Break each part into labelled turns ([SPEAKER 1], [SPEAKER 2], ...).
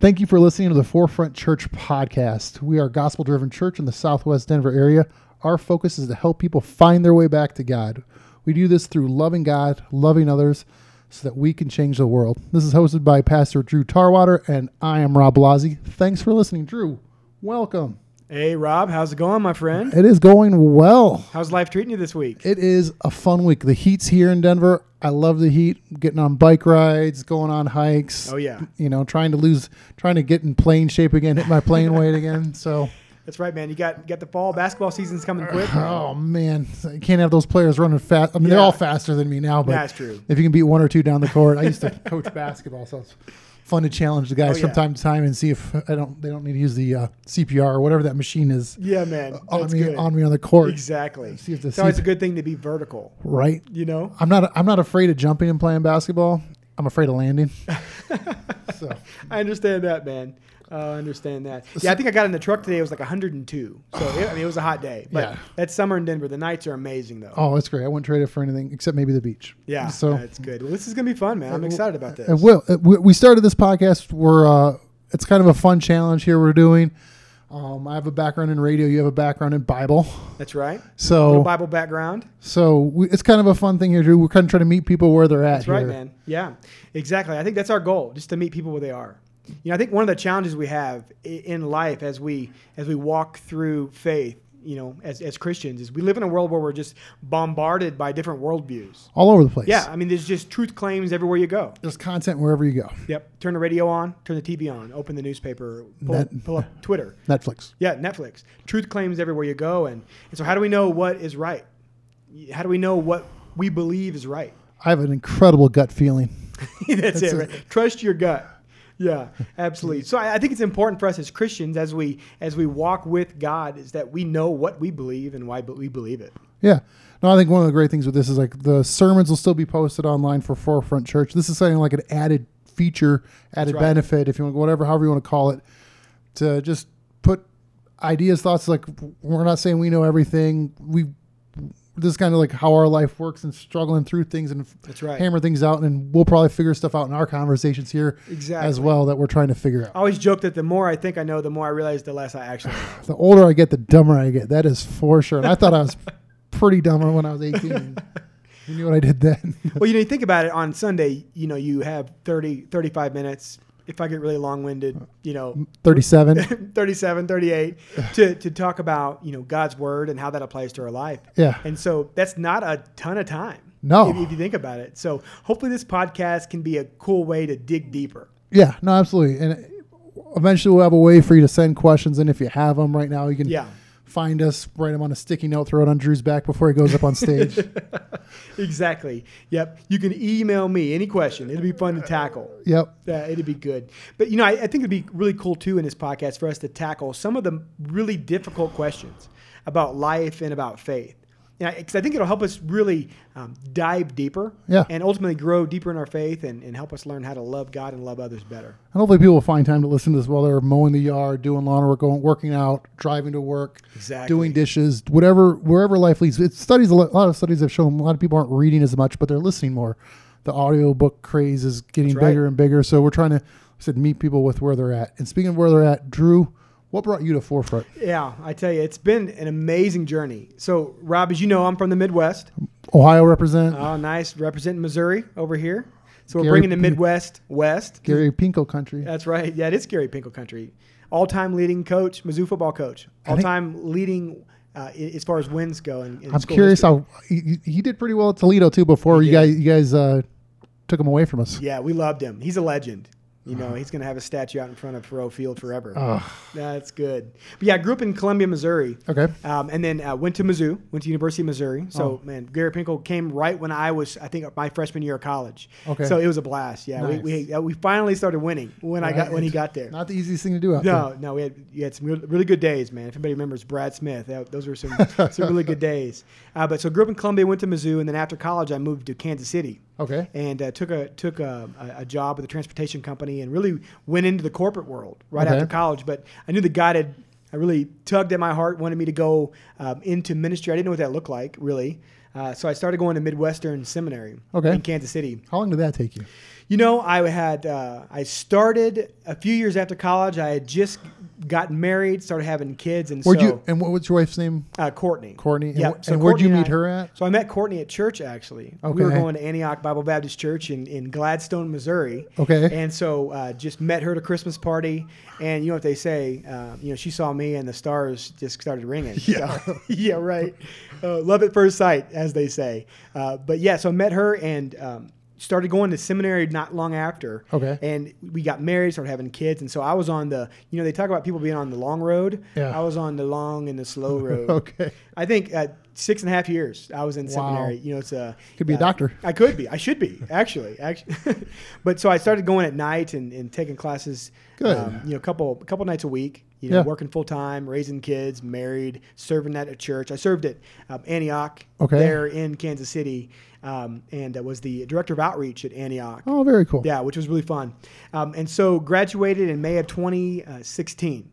[SPEAKER 1] Thank you for listening to the Forefront Church podcast. We are a gospel driven church in the southwest Denver area. Our focus is to help people find their way back to God. We do this through loving God, loving others, so that we can change the world. This is hosted by Pastor Drew Tarwater, and I am Rob Blasi. Thanks for listening, Drew. Welcome.
[SPEAKER 2] Hey, Rob, how's it going, my friend?
[SPEAKER 1] It is going well.
[SPEAKER 2] How's life treating you this week?
[SPEAKER 1] It is a fun week. The heat's here in Denver. I love the heat. Getting on bike rides, going on hikes.
[SPEAKER 2] Oh, yeah.
[SPEAKER 1] You know, trying to lose, trying to get in plane shape again, hit my plane weight again. So,
[SPEAKER 2] That's right, man. You got you got the fall basketball season's coming quick.
[SPEAKER 1] oh man, I can't have those players running fast. I mean, they're
[SPEAKER 2] Yeah.
[SPEAKER 1] all faster than me now, but
[SPEAKER 2] That's true.
[SPEAKER 1] if you can beat one or two down the court, I used to coach basketball, so it's fun to challenge the guys
[SPEAKER 2] Oh,
[SPEAKER 1] from
[SPEAKER 2] yeah.
[SPEAKER 1] time to time and see if I don't they don't need to use the uh, CPR or whatever that machine is
[SPEAKER 2] Yeah, man.
[SPEAKER 1] on
[SPEAKER 2] That's
[SPEAKER 1] me
[SPEAKER 2] good.
[SPEAKER 1] on me on the court.
[SPEAKER 2] Exactly.
[SPEAKER 1] See if the
[SPEAKER 2] It's always a
[SPEAKER 1] season-
[SPEAKER 2] good thing to be vertical,
[SPEAKER 1] Right.
[SPEAKER 2] you know?
[SPEAKER 1] I'm not. I'm not afraid of jumping and playing basketball. I'm afraid of landing. so
[SPEAKER 2] I understand that, man. Uh, I understand that. Yeah, I think I got in the truck today. It was like 102. So, it, I mean, it was a hot day. But
[SPEAKER 1] Yeah.
[SPEAKER 2] that's summer in Denver. The nights are amazing, though.
[SPEAKER 1] oh, it's great. I wouldn't trade it for anything except maybe the beach.
[SPEAKER 2] yeah.
[SPEAKER 1] So
[SPEAKER 2] that's good. Well, this is going to be fun, man. I'm excited about this.
[SPEAKER 1] It will. It- we- we started this podcast. We're uh, it's kind of a fun challenge here. We're doing. Um, I have a background in radio. You have a background in Bible.
[SPEAKER 2] That's right. Little
[SPEAKER 1] So
[SPEAKER 2] Bible background.
[SPEAKER 1] so we, it's kind of a fun thing here, Drew. We're kind of trying to meet people where they're at.
[SPEAKER 2] That's right,
[SPEAKER 1] here.
[SPEAKER 2] man. Yeah, exactly. I think that's our goal, just to meet people where they are. You know, I think one of the challenges we have i- in life as we as we walk through faith, you know, as, as Christians, is we live in a world where we're just bombarded by different worldviews.
[SPEAKER 1] All over the place.
[SPEAKER 2] Yeah, I mean, there's just truth claims everywhere you go.
[SPEAKER 1] There's content wherever you go.
[SPEAKER 2] Yep. Turn the radio on, turn the TV on, open the newspaper, pull,
[SPEAKER 1] That-
[SPEAKER 2] pull up Twitter.
[SPEAKER 1] Netflix.
[SPEAKER 2] Yeah, Netflix. Truth claims everywhere you go, and, and so how do we know what is right? How do we know what we believe is right?
[SPEAKER 1] I have an incredible gut feeling.
[SPEAKER 2] That's, it.
[SPEAKER 1] it.
[SPEAKER 2] Right? Trust your gut. Yeah, absolutely. So I, I think it's important for us as Christians, as we as we walk with God, is that we know what we believe and why but we believe it.
[SPEAKER 1] Yeah. No, I think one of the great things with this is like the sermons will still be posted online for Forefront Church. This is something like an added feature, added
[SPEAKER 2] right.
[SPEAKER 1] benefit, if you want, whatever, however you want to call it, to just put ideas, thoughts. Like we're not saying we know everything. We this is kind of like how our life works and struggling through things and
[SPEAKER 2] That's right.
[SPEAKER 1] hammer things out, and we'll probably figure stuff out in our conversations here as
[SPEAKER 2] Exactly.
[SPEAKER 1] well that we're trying to figure
[SPEAKER 2] I
[SPEAKER 1] out.
[SPEAKER 2] always joke that the more I think I know, the more I realize the less I actually know.
[SPEAKER 1] The older I get, the dumber I get. That is for sure. And I thought I was pretty dumb when I was eighteen. You knew what I did then.
[SPEAKER 2] well, you know, you think about it on Sunday, you know, you have 30, 35 minutes. If I get really long winded, you know,
[SPEAKER 1] 37
[SPEAKER 2] 37, 38, to, to talk about, you know, God's word and how that applies to our life.
[SPEAKER 1] yeah
[SPEAKER 2] And so that's not a ton of time.
[SPEAKER 1] No.
[SPEAKER 2] If, if you think about it. So hopefully this podcast can be a cool way to dig deeper.
[SPEAKER 1] yeah no absolutely and eventually we'll have a way for you to send questions and if you have them right now you can
[SPEAKER 2] Yeah.
[SPEAKER 1] find us write them on a sticky note throw it on drew's back before he goes up on stage
[SPEAKER 2] Exactly. Yep. You can email me any question. It'll be fun to tackle.
[SPEAKER 1] yep
[SPEAKER 2] Uh, it'd be good. But, you know, I, I think it'd be really cool too in this podcast for us to tackle some of the really difficult questions about life and about faith. Because I, think it'll help us really um, dive deeper
[SPEAKER 1] Yeah.
[SPEAKER 2] and ultimately grow deeper in our faith and, and help us learn how to love God and love others better.
[SPEAKER 1] and hopefully people will find time to listen to this while they're mowing the yard doing lawn work going working out driving to work
[SPEAKER 2] Exactly.
[SPEAKER 1] doing dishes whatever wherever life leads it studies a lot, a lot of studies have shown a lot of people aren't reading as much but they're listening more the audiobook craze is getting
[SPEAKER 2] That's right.
[SPEAKER 1] bigger and bigger so we're trying to like I said meet people with where they're at and speaking of where they're at drew what brought you to forefront
[SPEAKER 2] Yeah, I tell you, it's been an amazing journey. So, Rob, as you know, I'm from the Midwest.
[SPEAKER 1] Ohio represent
[SPEAKER 2] Oh, nice. Representing Missouri over here. So, we're
[SPEAKER 1] Gary
[SPEAKER 2] bringing the
[SPEAKER 1] Pin-
[SPEAKER 2] Midwest west.
[SPEAKER 1] Gary Pinko country.
[SPEAKER 2] That's right. Yeah, it is Gary Pinkel country. All time leading coach, Mizzou football coach. All time leading uh, i- as far as wins go. In, in
[SPEAKER 1] I'm
[SPEAKER 2] school
[SPEAKER 1] curious
[SPEAKER 2] history.
[SPEAKER 1] how he, he did pretty well at Toledo too before you guys you guys uh, took him away from us.
[SPEAKER 2] Yeah, we loved him. He's a legend. You
[SPEAKER 1] Uh-huh.
[SPEAKER 2] know, he's going to have a statue out in front of Faroe Field forever. That's good. But yeah, I grew up in Columbia, Missouri.
[SPEAKER 1] Okay.
[SPEAKER 2] Um, and then uh, went to Mizzou, went to University of Missouri.
[SPEAKER 1] Oh.
[SPEAKER 2] So man, Gary Pinkel came right when I was, I think, my freshman year of college.
[SPEAKER 1] Okay.
[SPEAKER 2] So it was a blast. Yeah,
[SPEAKER 1] Nice.
[SPEAKER 2] we we, uh, we finally started winning when I got when he got there.
[SPEAKER 1] Not the easiest thing to do out there.
[SPEAKER 2] No, no, we had, you had some real- really good days, man. If anybody remembers Brad Smith, that, those were some some really good days. Uh, but so grew up in Columbia, went to Mizzou, and then after college, I moved to Kansas City
[SPEAKER 1] Okay.
[SPEAKER 2] and uh, took a took a, a- a job with a transportation company and really went into the corporate world right
[SPEAKER 1] Okay.
[SPEAKER 2] after college. But I knew the God had I really tugged at my heart, wanted me to go um, into ministry. I didn't know what that looked like really, uh, so I started going to Midwestern Seminary
[SPEAKER 1] Okay.
[SPEAKER 2] in Kansas City.
[SPEAKER 1] How long did that take you?
[SPEAKER 2] You know, I had uh, I started a few years after college. I had just gotten married, started having kids, and
[SPEAKER 1] Where'd
[SPEAKER 2] so
[SPEAKER 1] you and what was your wife's name?
[SPEAKER 2] uh, Courtney.
[SPEAKER 1] Courtney. And
[SPEAKER 2] Yeah.
[SPEAKER 1] wh- and where'd you
[SPEAKER 2] Courtney
[SPEAKER 1] meet
[SPEAKER 2] I-
[SPEAKER 1] her at?
[SPEAKER 2] So I met Courtney at church actually. We were
[SPEAKER 1] Okay.
[SPEAKER 2] going to Antioch Bible Baptist Church in, in Gladstone, Missouri.
[SPEAKER 1] Okay.
[SPEAKER 2] And so uh, just met her at a Christmas party, and you know what they say? Uh, you know, she saw me, and the stars just started ringing. Yeah, yeah, right. Uh, love at first sight, as they say. Uh, but yeah, so I met her and. Um, Started going to seminary not long after.
[SPEAKER 1] Okay.
[SPEAKER 2] And we got married, started having kids. And so I was on the, you know, they talk about people being on the long road.
[SPEAKER 1] Yeah.
[SPEAKER 2] I was on the long and the slow road.
[SPEAKER 1] Okay.
[SPEAKER 2] I think uh, six and a half years I was in
[SPEAKER 1] Wow.
[SPEAKER 2] seminary. You know, it's a
[SPEAKER 1] Could be a
[SPEAKER 2] uh,
[SPEAKER 1] doctor.
[SPEAKER 2] I could be. I should be actually. Actually, but so I started going at night and, and taking classes. um,
[SPEAKER 1] Good.
[SPEAKER 2] you know, a couple a couple nights a week. You know,
[SPEAKER 1] Yeah.
[SPEAKER 2] working full time, raising kids, married, serving at a church. I served at um, Antioch
[SPEAKER 1] Okay.
[SPEAKER 2] there in Kansas City, um, and uh, was the director of outreach at Antioch.
[SPEAKER 1] Oh, very cool.
[SPEAKER 2] Yeah, which was really fun. Um, and so graduated in May of 2016.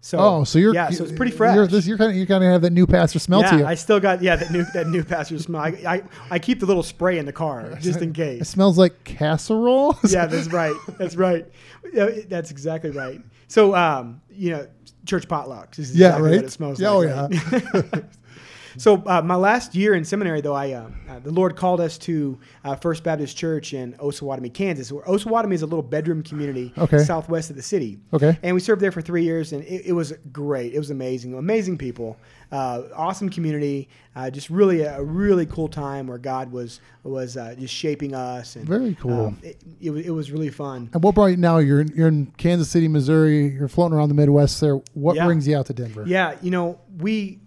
[SPEAKER 2] So
[SPEAKER 1] Oh, so you're
[SPEAKER 2] yeah, so it's pretty fresh.
[SPEAKER 1] You're, this, you're kind of you kind of have that new pastor smell to
[SPEAKER 2] Yeah,
[SPEAKER 1] you.
[SPEAKER 2] I still got yeah that new that new pastor smell. I, I I keep the little spray in the car just in
[SPEAKER 1] it
[SPEAKER 2] case.
[SPEAKER 1] smells like casserole.
[SPEAKER 2] Yeah, that's right. That's right. Yeah, it- That's exactly right. So um, you know, church potlucks is
[SPEAKER 1] Yeah,
[SPEAKER 2] exactly
[SPEAKER 1] right.
[SPEAKER 2] what it smells
[SPEAKER 1] Yeah,
[SPEAKER 2] like.
[SPEAKER 1] oh,
[SPEAKER 2] right? so uh, my last year in seminary, though, I um, uh, the Lord called us to uh, First Baptist Church in Osawatomie, Kansas. Where Osawatomie is a little bedroom community
[SPEAKER 1] Okay.
[SPEAKER 2] southwest of the city.
[SPEAKER 1] Okay.
[SPEAKER 2] And we served there for three years, and it, it was great. It was amazing, amazing people, uh, awesome community. Uh, just really a, really cool time where God was was uh, just shaping us. And,
[SPEAKER 1] Very cool.
[SPEAKER 2] um, it, it, wa- it was really fun.
[SPEAKER 1] And what brought you now? You're in, you're in Kansas City, Missouri. You're floating around the Midwest there. What
[SPEAKER 2] Yeah.
[SPEAKER 1] brings you out to Denver?
[SPEAKER 2] Yeah, you know, we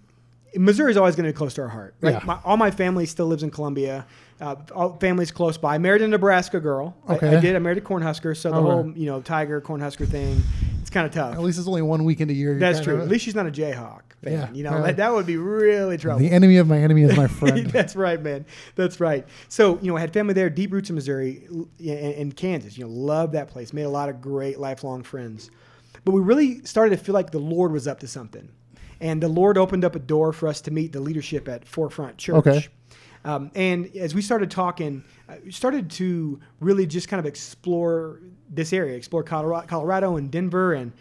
[SPEAKER 2] Missouri's always going to be close to our heart. Right?
[SPEAKER 1] Yeah.
[SPEAKER 2] My, all my family still lives in Columbia. Uh, all family's close by. I married a Nebraska girl. I- I,
[SPEAKER 1] Okay. Oh,
[SPEAKER 2] did. I married a Cornhusker, so the
[SPEAKER 1] All right.
[SPEAKER 2] whole you know Tiger Cornhusker thing, it's kind of tough.
[SPEAKER 1] At least it's only one weekend a year. you're
[SPEAKER 2] That's
[SPEAKER 1] kind
[SPEAKER 2] true.
[SPEAKER 1] of-
[SPEAKER 2] At least she's not a Jayhawk fan.
[SPEAKER 1] Yeah,
[SPEAKER 2] you know
[SPEAKER 1] right.
[SPEAKER 2] that, that would be really trouble.
[SPEAKER 1] the enemy of my enemy is my friend.
[SPEAKER 2] That's right, man. That's right. So, you know, I had family there, deep roots in Missouri l- yeah, and, and Kansas. You know, loved that place. Made a lot of great lifelong friends. But we really started to feel like the Lord was up to something. And the Lord opened up a door for us to meet the leadership at Forefront Church.
[SPEAKER 1] Okay.
[SPEAKER 2] Um, and as we started talking, uh, we started to really just kind of explore this area, explore Colorado, Colorado and Denver, and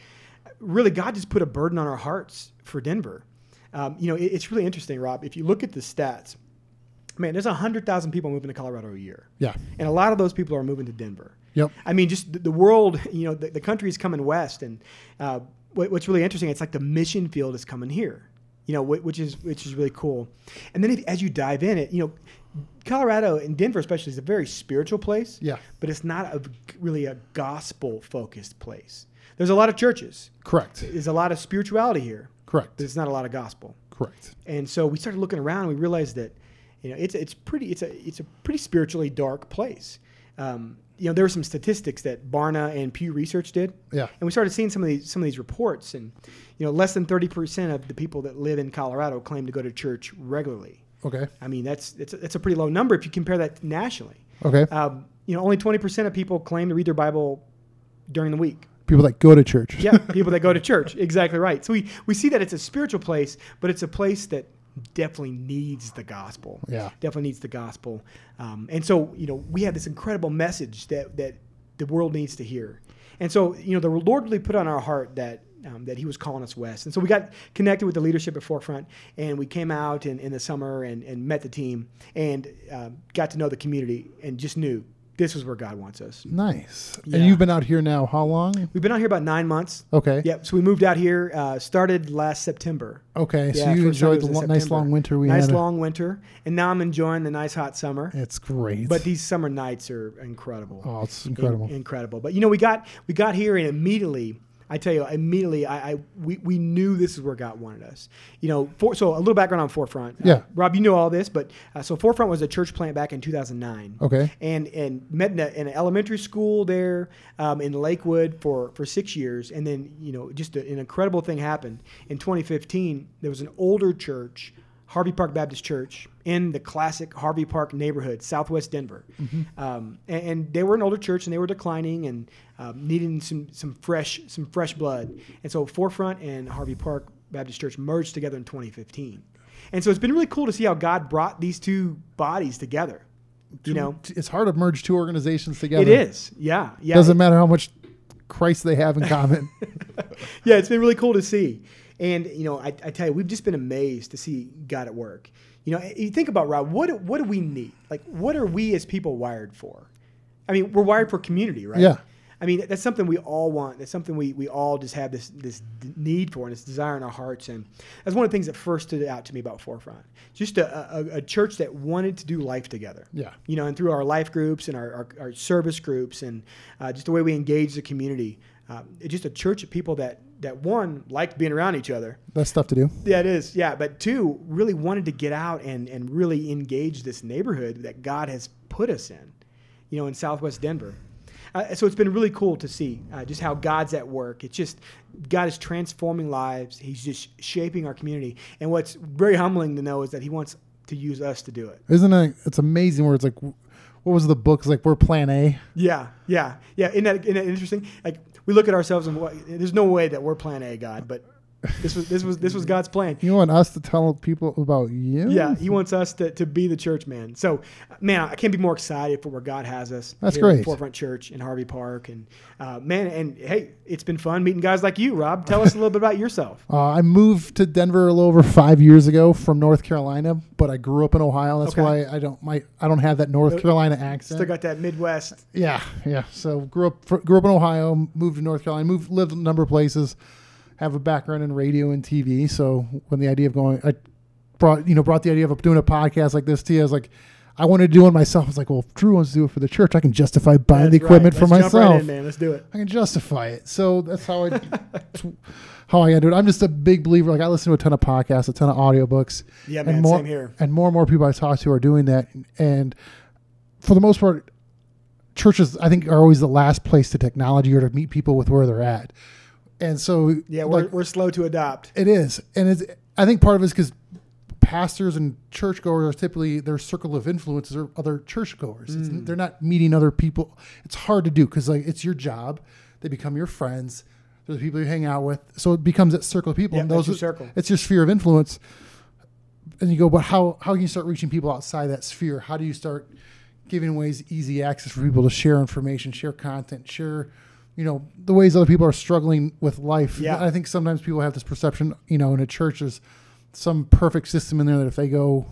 [SPEAKER 2] really God just put a burden on our hearts for Denver. Um, you know, it- it's really interesting, Rob. If you look at the stats, man, there's 100,000 people moving to Colorado a year.
[SPEAKER 1] yeah.
[SPEAKER 2] And a lot of those people are moving to Denver.
[SPEAKER 1] Yep.
[SPEAKER 2] I mean, just the, the world, you know, the, the country is coming west. And uh, what, what's really interesting, it's like the mission field is coming here, you know, whi- which is, which is really cool. And then if, as you dive in it, you know, Colorado and Denver especially is a very spiritual place.
[SPEAKER 1] Yeah.
[SPEAKER 2] But it's not a, really a gospel focused place. There's a lot of churches.
[SPEAKER 1] Correct.
[SPEAKER 2] There's a lot of spirituality here, but
[SPEAKER 1] Correct.
[SPEAKER 2] there's not a lot of gospel.
[SPEAKER 1] Correct.
[SPEAKER 2] And so we started looking around. and We realized that, you know, it's it's pretty it's a it's a pretty spiritually dark place. Um, you know, there were some statistics that Barna and Pew Research did,
[SPEAKER 1] Yeah.
[SPEAKER 2] and we started seeing some of these some of these reports. And you know, less than thirty percent of the people that live in Colorado claim to go to church regularly.
[SPEAKER 1] Okay.
[SPEAKER 2] I mean, that's that's a, that's a pretty low number if you compare that nationally.
[SPEAKER 1] Okay.
[SPEAKER 2] Um, you know, only twenty percent of people claim to read their Bible during the week
[SPEAKER 1] People that go to church.
[SPEAKER 2] yeah, people that go to church. Exactly right. So we, we see that it's a spiritual place, but it's a place that definitely needs the gospel.
[SPEAKER 1] Yeah.
[SPEAKER 2] Definitely needs the gospel. Um, and so, you know, we have this incredible message that, that the world needs to hear. And so, you know, the Lord really put on our heart that. Um, that he was calling us west, and so we got connected with the leadership at Forefront, and we came out in, in the summer and, and met the team, and um, got to know the community, and just knew this was where God wants us.
[SPEAKER 1] Nice.
[SPEAKER 2] Yeah.
[SPEAKER 1] And you've been out here now how long?
[SPEAKER 2] We've been out here about nine months,
[SPEAKER 1] Okay.
[SPEAKER 2] Yep. So we moved out here. Uh, started last September.
[SPEAKER 1] Okay.
[SPEAKER 2] Yeah,
[SPEAKER 1] so you
[SPEAKER 2] first summer
[SPEAKER 1] enjoyed the
[SPEAKER 2] was in
[SPEAKER 1] lo- nice
[SPEAKER 2] September.
[SPEAKER 1] long winter we
[SPEAKER 2] nice
[SPEAKER 1] had.
[SPEAKER 2] long winter, and now I'm enjoying the nice hot summer.
[SPEAKER 1] It's great.
[SPEAKER 2] But these summer nights are incredible.
[SPEAKER 1] oh, it's incredible.
[SPEAKER 2] In- incredible. But you know, we got we got here and immediately. I tell you, immediately, I, I we, we knew this is where God wanted us. You know, for, so a little background on Forefront. Uh,
[SPEAKER 1] Yeah.
[SPEAKER 2] Rob, you know all this, but uh, so Forefront was a church plant back in 2009
[SPEAKER 1] okay.
[SPEAKER 2] and and met in, a, in an elementary school there um, in Lakewood for for six years, and then you know just a, an incredible thing happened in 2015. There was an older church, Harvey Park Baptist Church, in the classic Harvey Park neighborhood, Southwest Denver, um, and, and they were an older church and they were declining and um, needing some some fresh some fresh blood, and so Forefront and Harvey Park Baptist Church merged together in 2015. And so it's been really cool to see how God brought these two bodies together You know,
[SPEAKER 1] it's hard to merge two organizations together.
[SPEAKER 2] it is. Yeah, yeah.
[SPEAKER 1] Doesn't matter how much Christ they have in common.
[SPEAKER 2] yeah, it's been really cool to see. And you know, I, I tell you, we've just been amazed to see God at work. You know, you think about Rob. What what do we need? Like, what are we as people wired for? I mean, we're wired for community, right?
[SPEAKER 1] Yeah.
[SPEAKER 2] I mean, that's something we all want. That's something we, we all just have this this d- need for and this desire in our hearts. And that's one of the things that first stood out to me about Forefront. Just a, a, a church that wanted to do life together
[SPEAKER 1] yeah.
[SPEAKER 2] you know, and through our life groups and our, our, our service groups and uh, just the way we engage the community. Uh, it's just a church of people that, that one, liked being around each other.
[SPEAKER 1] That's stuff to do.
[SPEAKER 2] Yeah, it is. Yeah. But two, really wanted to get out and, and really engage this neighborhood that God has put us in, you know, in Southwest Denver. Uh, so it's been really cool to see uh, just how God's at work. It's just God is transforming lives. He's just shaping our community. And what's very humbling to know is that He wants to use us to do it.
[SPEAKER 1] Isn't it? It's amazing where it's like, what was the book? It's like, we're plan A.
[SPEAKER 2] Yeah, yeah, yeah. Isn't that, isn't that interesting? Like we look at ourselves and what, there's no way that we're Plan A, God, but this was this was this was God's plan.
[SPEAKER 1] You want us to tell people about you?
[SPEAKER 2] Yeah, He wants us to, to be the church, man. So, man, I can't be more excited for where God has us.
[SPEAKER 1] That's
[SPEAKER 2] here at
[SPEAKER 1] great.
[SPEAKER 2] Forefront Church in Harvey Park, and uh, man, and hey, it's been fun meeting guys like you, Rob. Tell us a little bit about yourself.
[SPEAKER 1] Uh, I moved to Denver a little over five years ago from North Carolina, but I grew up in Ohio. That's
[SPEAKER 2] Okay.
[SPEAKER 1] why I don't my I don't have that North Carolina accent.
[SPEAKER 2] Still got that Midwest.
[SPEAKER 1] Yeah, yeah. So grew up fr- grew up in Ohio, moved to North Carolina, moved lived in a number of places. Have a background in radio and TV. So when the idea of going, I brought you know brought the idea of doing a podcast like this to you. I was like, I wanted to do one myself. I was like, well, if Drew wants to do it for the church. I can justify buying
[SPEAKER 2] That's
[SPEAKER 1] the equipment
[SPEAKER 2] right.
[SPEAKER 1] for myself.
[SPEAKER 2] Let's Jump right in, man. Let's do it.
[SPEAKER 1] I can justify it. So that's how I that's how I gotta do it. I'm just a big believer. Like I listen to a ton of podcasts, a ton of audiobooks.
[SPEAKER 2] Yeah,
[SPEAKER 1] and
[SPEAKER 2] man,
[SPEAKER 1] more,
[SPEAKER 2] same here.
[SPEAKER 1] And more and more people I talk to are doing that. And for the most part, churches I think are always the last place to technology or to meet people with where they're at. And so
[SPEAKER 2] Yeah, we're,
[SPEAKER 1] like,
[SPEAKER 2] we're slow to adopt.
[SPEAKER 1] it is, and it's. I think part of it is because pastors and churchgoers are typically their circle of influence are other churchgoers. It's,
[SPEAKER 2] Mm.
[SPEAKER 1] they're not meeting other people. It's hard to do because like it's your job. They become your friends. They're the people you hang out with. So it becomes that circle of people.
[SPEAKER 2] Yeah,
[SPEAKER 1] and
[SPEAKER 2] that's
[SPEAKER 1] those
[SPEAKER 2] your circle.
[SPEAKER 1] It's your sphere of influence. And you go, but how how can you start reaching people outside that sphere? How do you start giving ways easy access for people to share information, share content, share, you know, the ways other people are struggling with life.
[SPEAKER 2] Yeah.
[SPEAKER 1] I think sometimes people have this perception, you know, in a church there's some perfect system in there that if they go,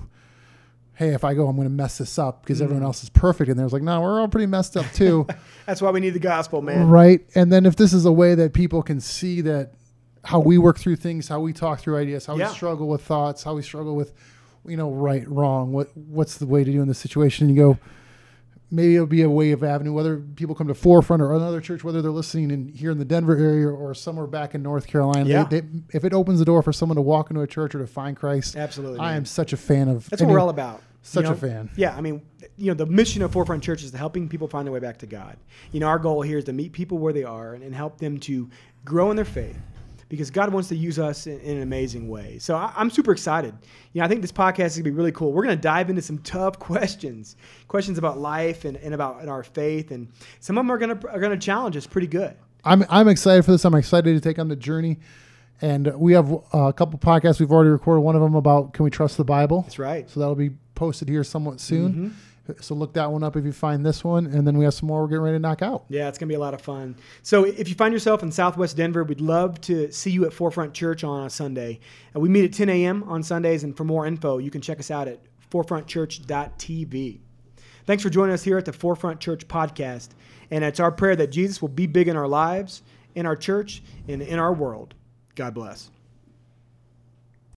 [SPEAKER 1] hey, if I go, I'm going to mess this up because everyone else is perfect, and there's like, no, we're all pretty messed up too,
[SPEAKER 2] That's why we need the gospel, man.
[SPEAKER 1] right? And then if this is a way that people can see that how we work through things, how we talk through ideas, how
[SPEAKER 2] Yeah.
[SPEAKER 1] we struggle with thoughts, how we struggle with, you know, right, wrong, what what's the way to do in this situation, and you go. Maybe it'll be a way of avenue, whether people come to forefront or another church, whether they're listening in here in the Denver area or somewhere back in North Carolina.
[SPEAKER 2] Yeah.
[SPEAKER 1] They, they, if it opens the door for someone to walk into a church or to find Christ,
[SPEAKER 2] Absolutely.
[SPEAKER 1] I
[SPEAKER 2] man.
[SPEAKER 1] am such a fan of.
[SPEAKER 2] That's what
[SPEAKER 1] any-
[SPEAKER 2] we're all about.
[SPEAKER 1] Such
[SPEAKER 2] you know?
[SPEAKER 1] a fan.
[SPEAKER 2] Yeah, I mean, you know, the mission of Forefront Church is helping people find their way back to God. You know, our goal here is to meet people where they are and, and help them to grow in their faith because God wants to use us in, in an amazing way. So I, I'm super excited. You know, I think this podcast is going to be really cool. We're going to dive into some tough questions, questions about life and, and about and our faith. And some of them are going to, are going to challenge us pretty good.
[SPEAKER 1] I'm I'm excited for this. I'm excited to take on the journey, and we have uh, a couple podcasts we've already recorded. One of them about can we trust the Bible?
[SPEAKER 2] That's right. Mm-hmm.
[SPEAKER 1] So that'll be posted here somewhat soon. So look that one up if you find this one, and then we have some more we're getting ready to knock out.
[SPEAKER 2] Yeah, it's going to be a lot of fun. So if you find yourself in Southwest Denver, we'd love to see you at Forefront Church on a Sunday. Uh, we meet at 10 a.m. on Sundays, and for more info, you can check us out at forefrontchurch.tv. Thanks for joining us here at the Forefront Church podcast, and it's our prayer that Jesus will be big in our lives, in our church, and in our world. God bless.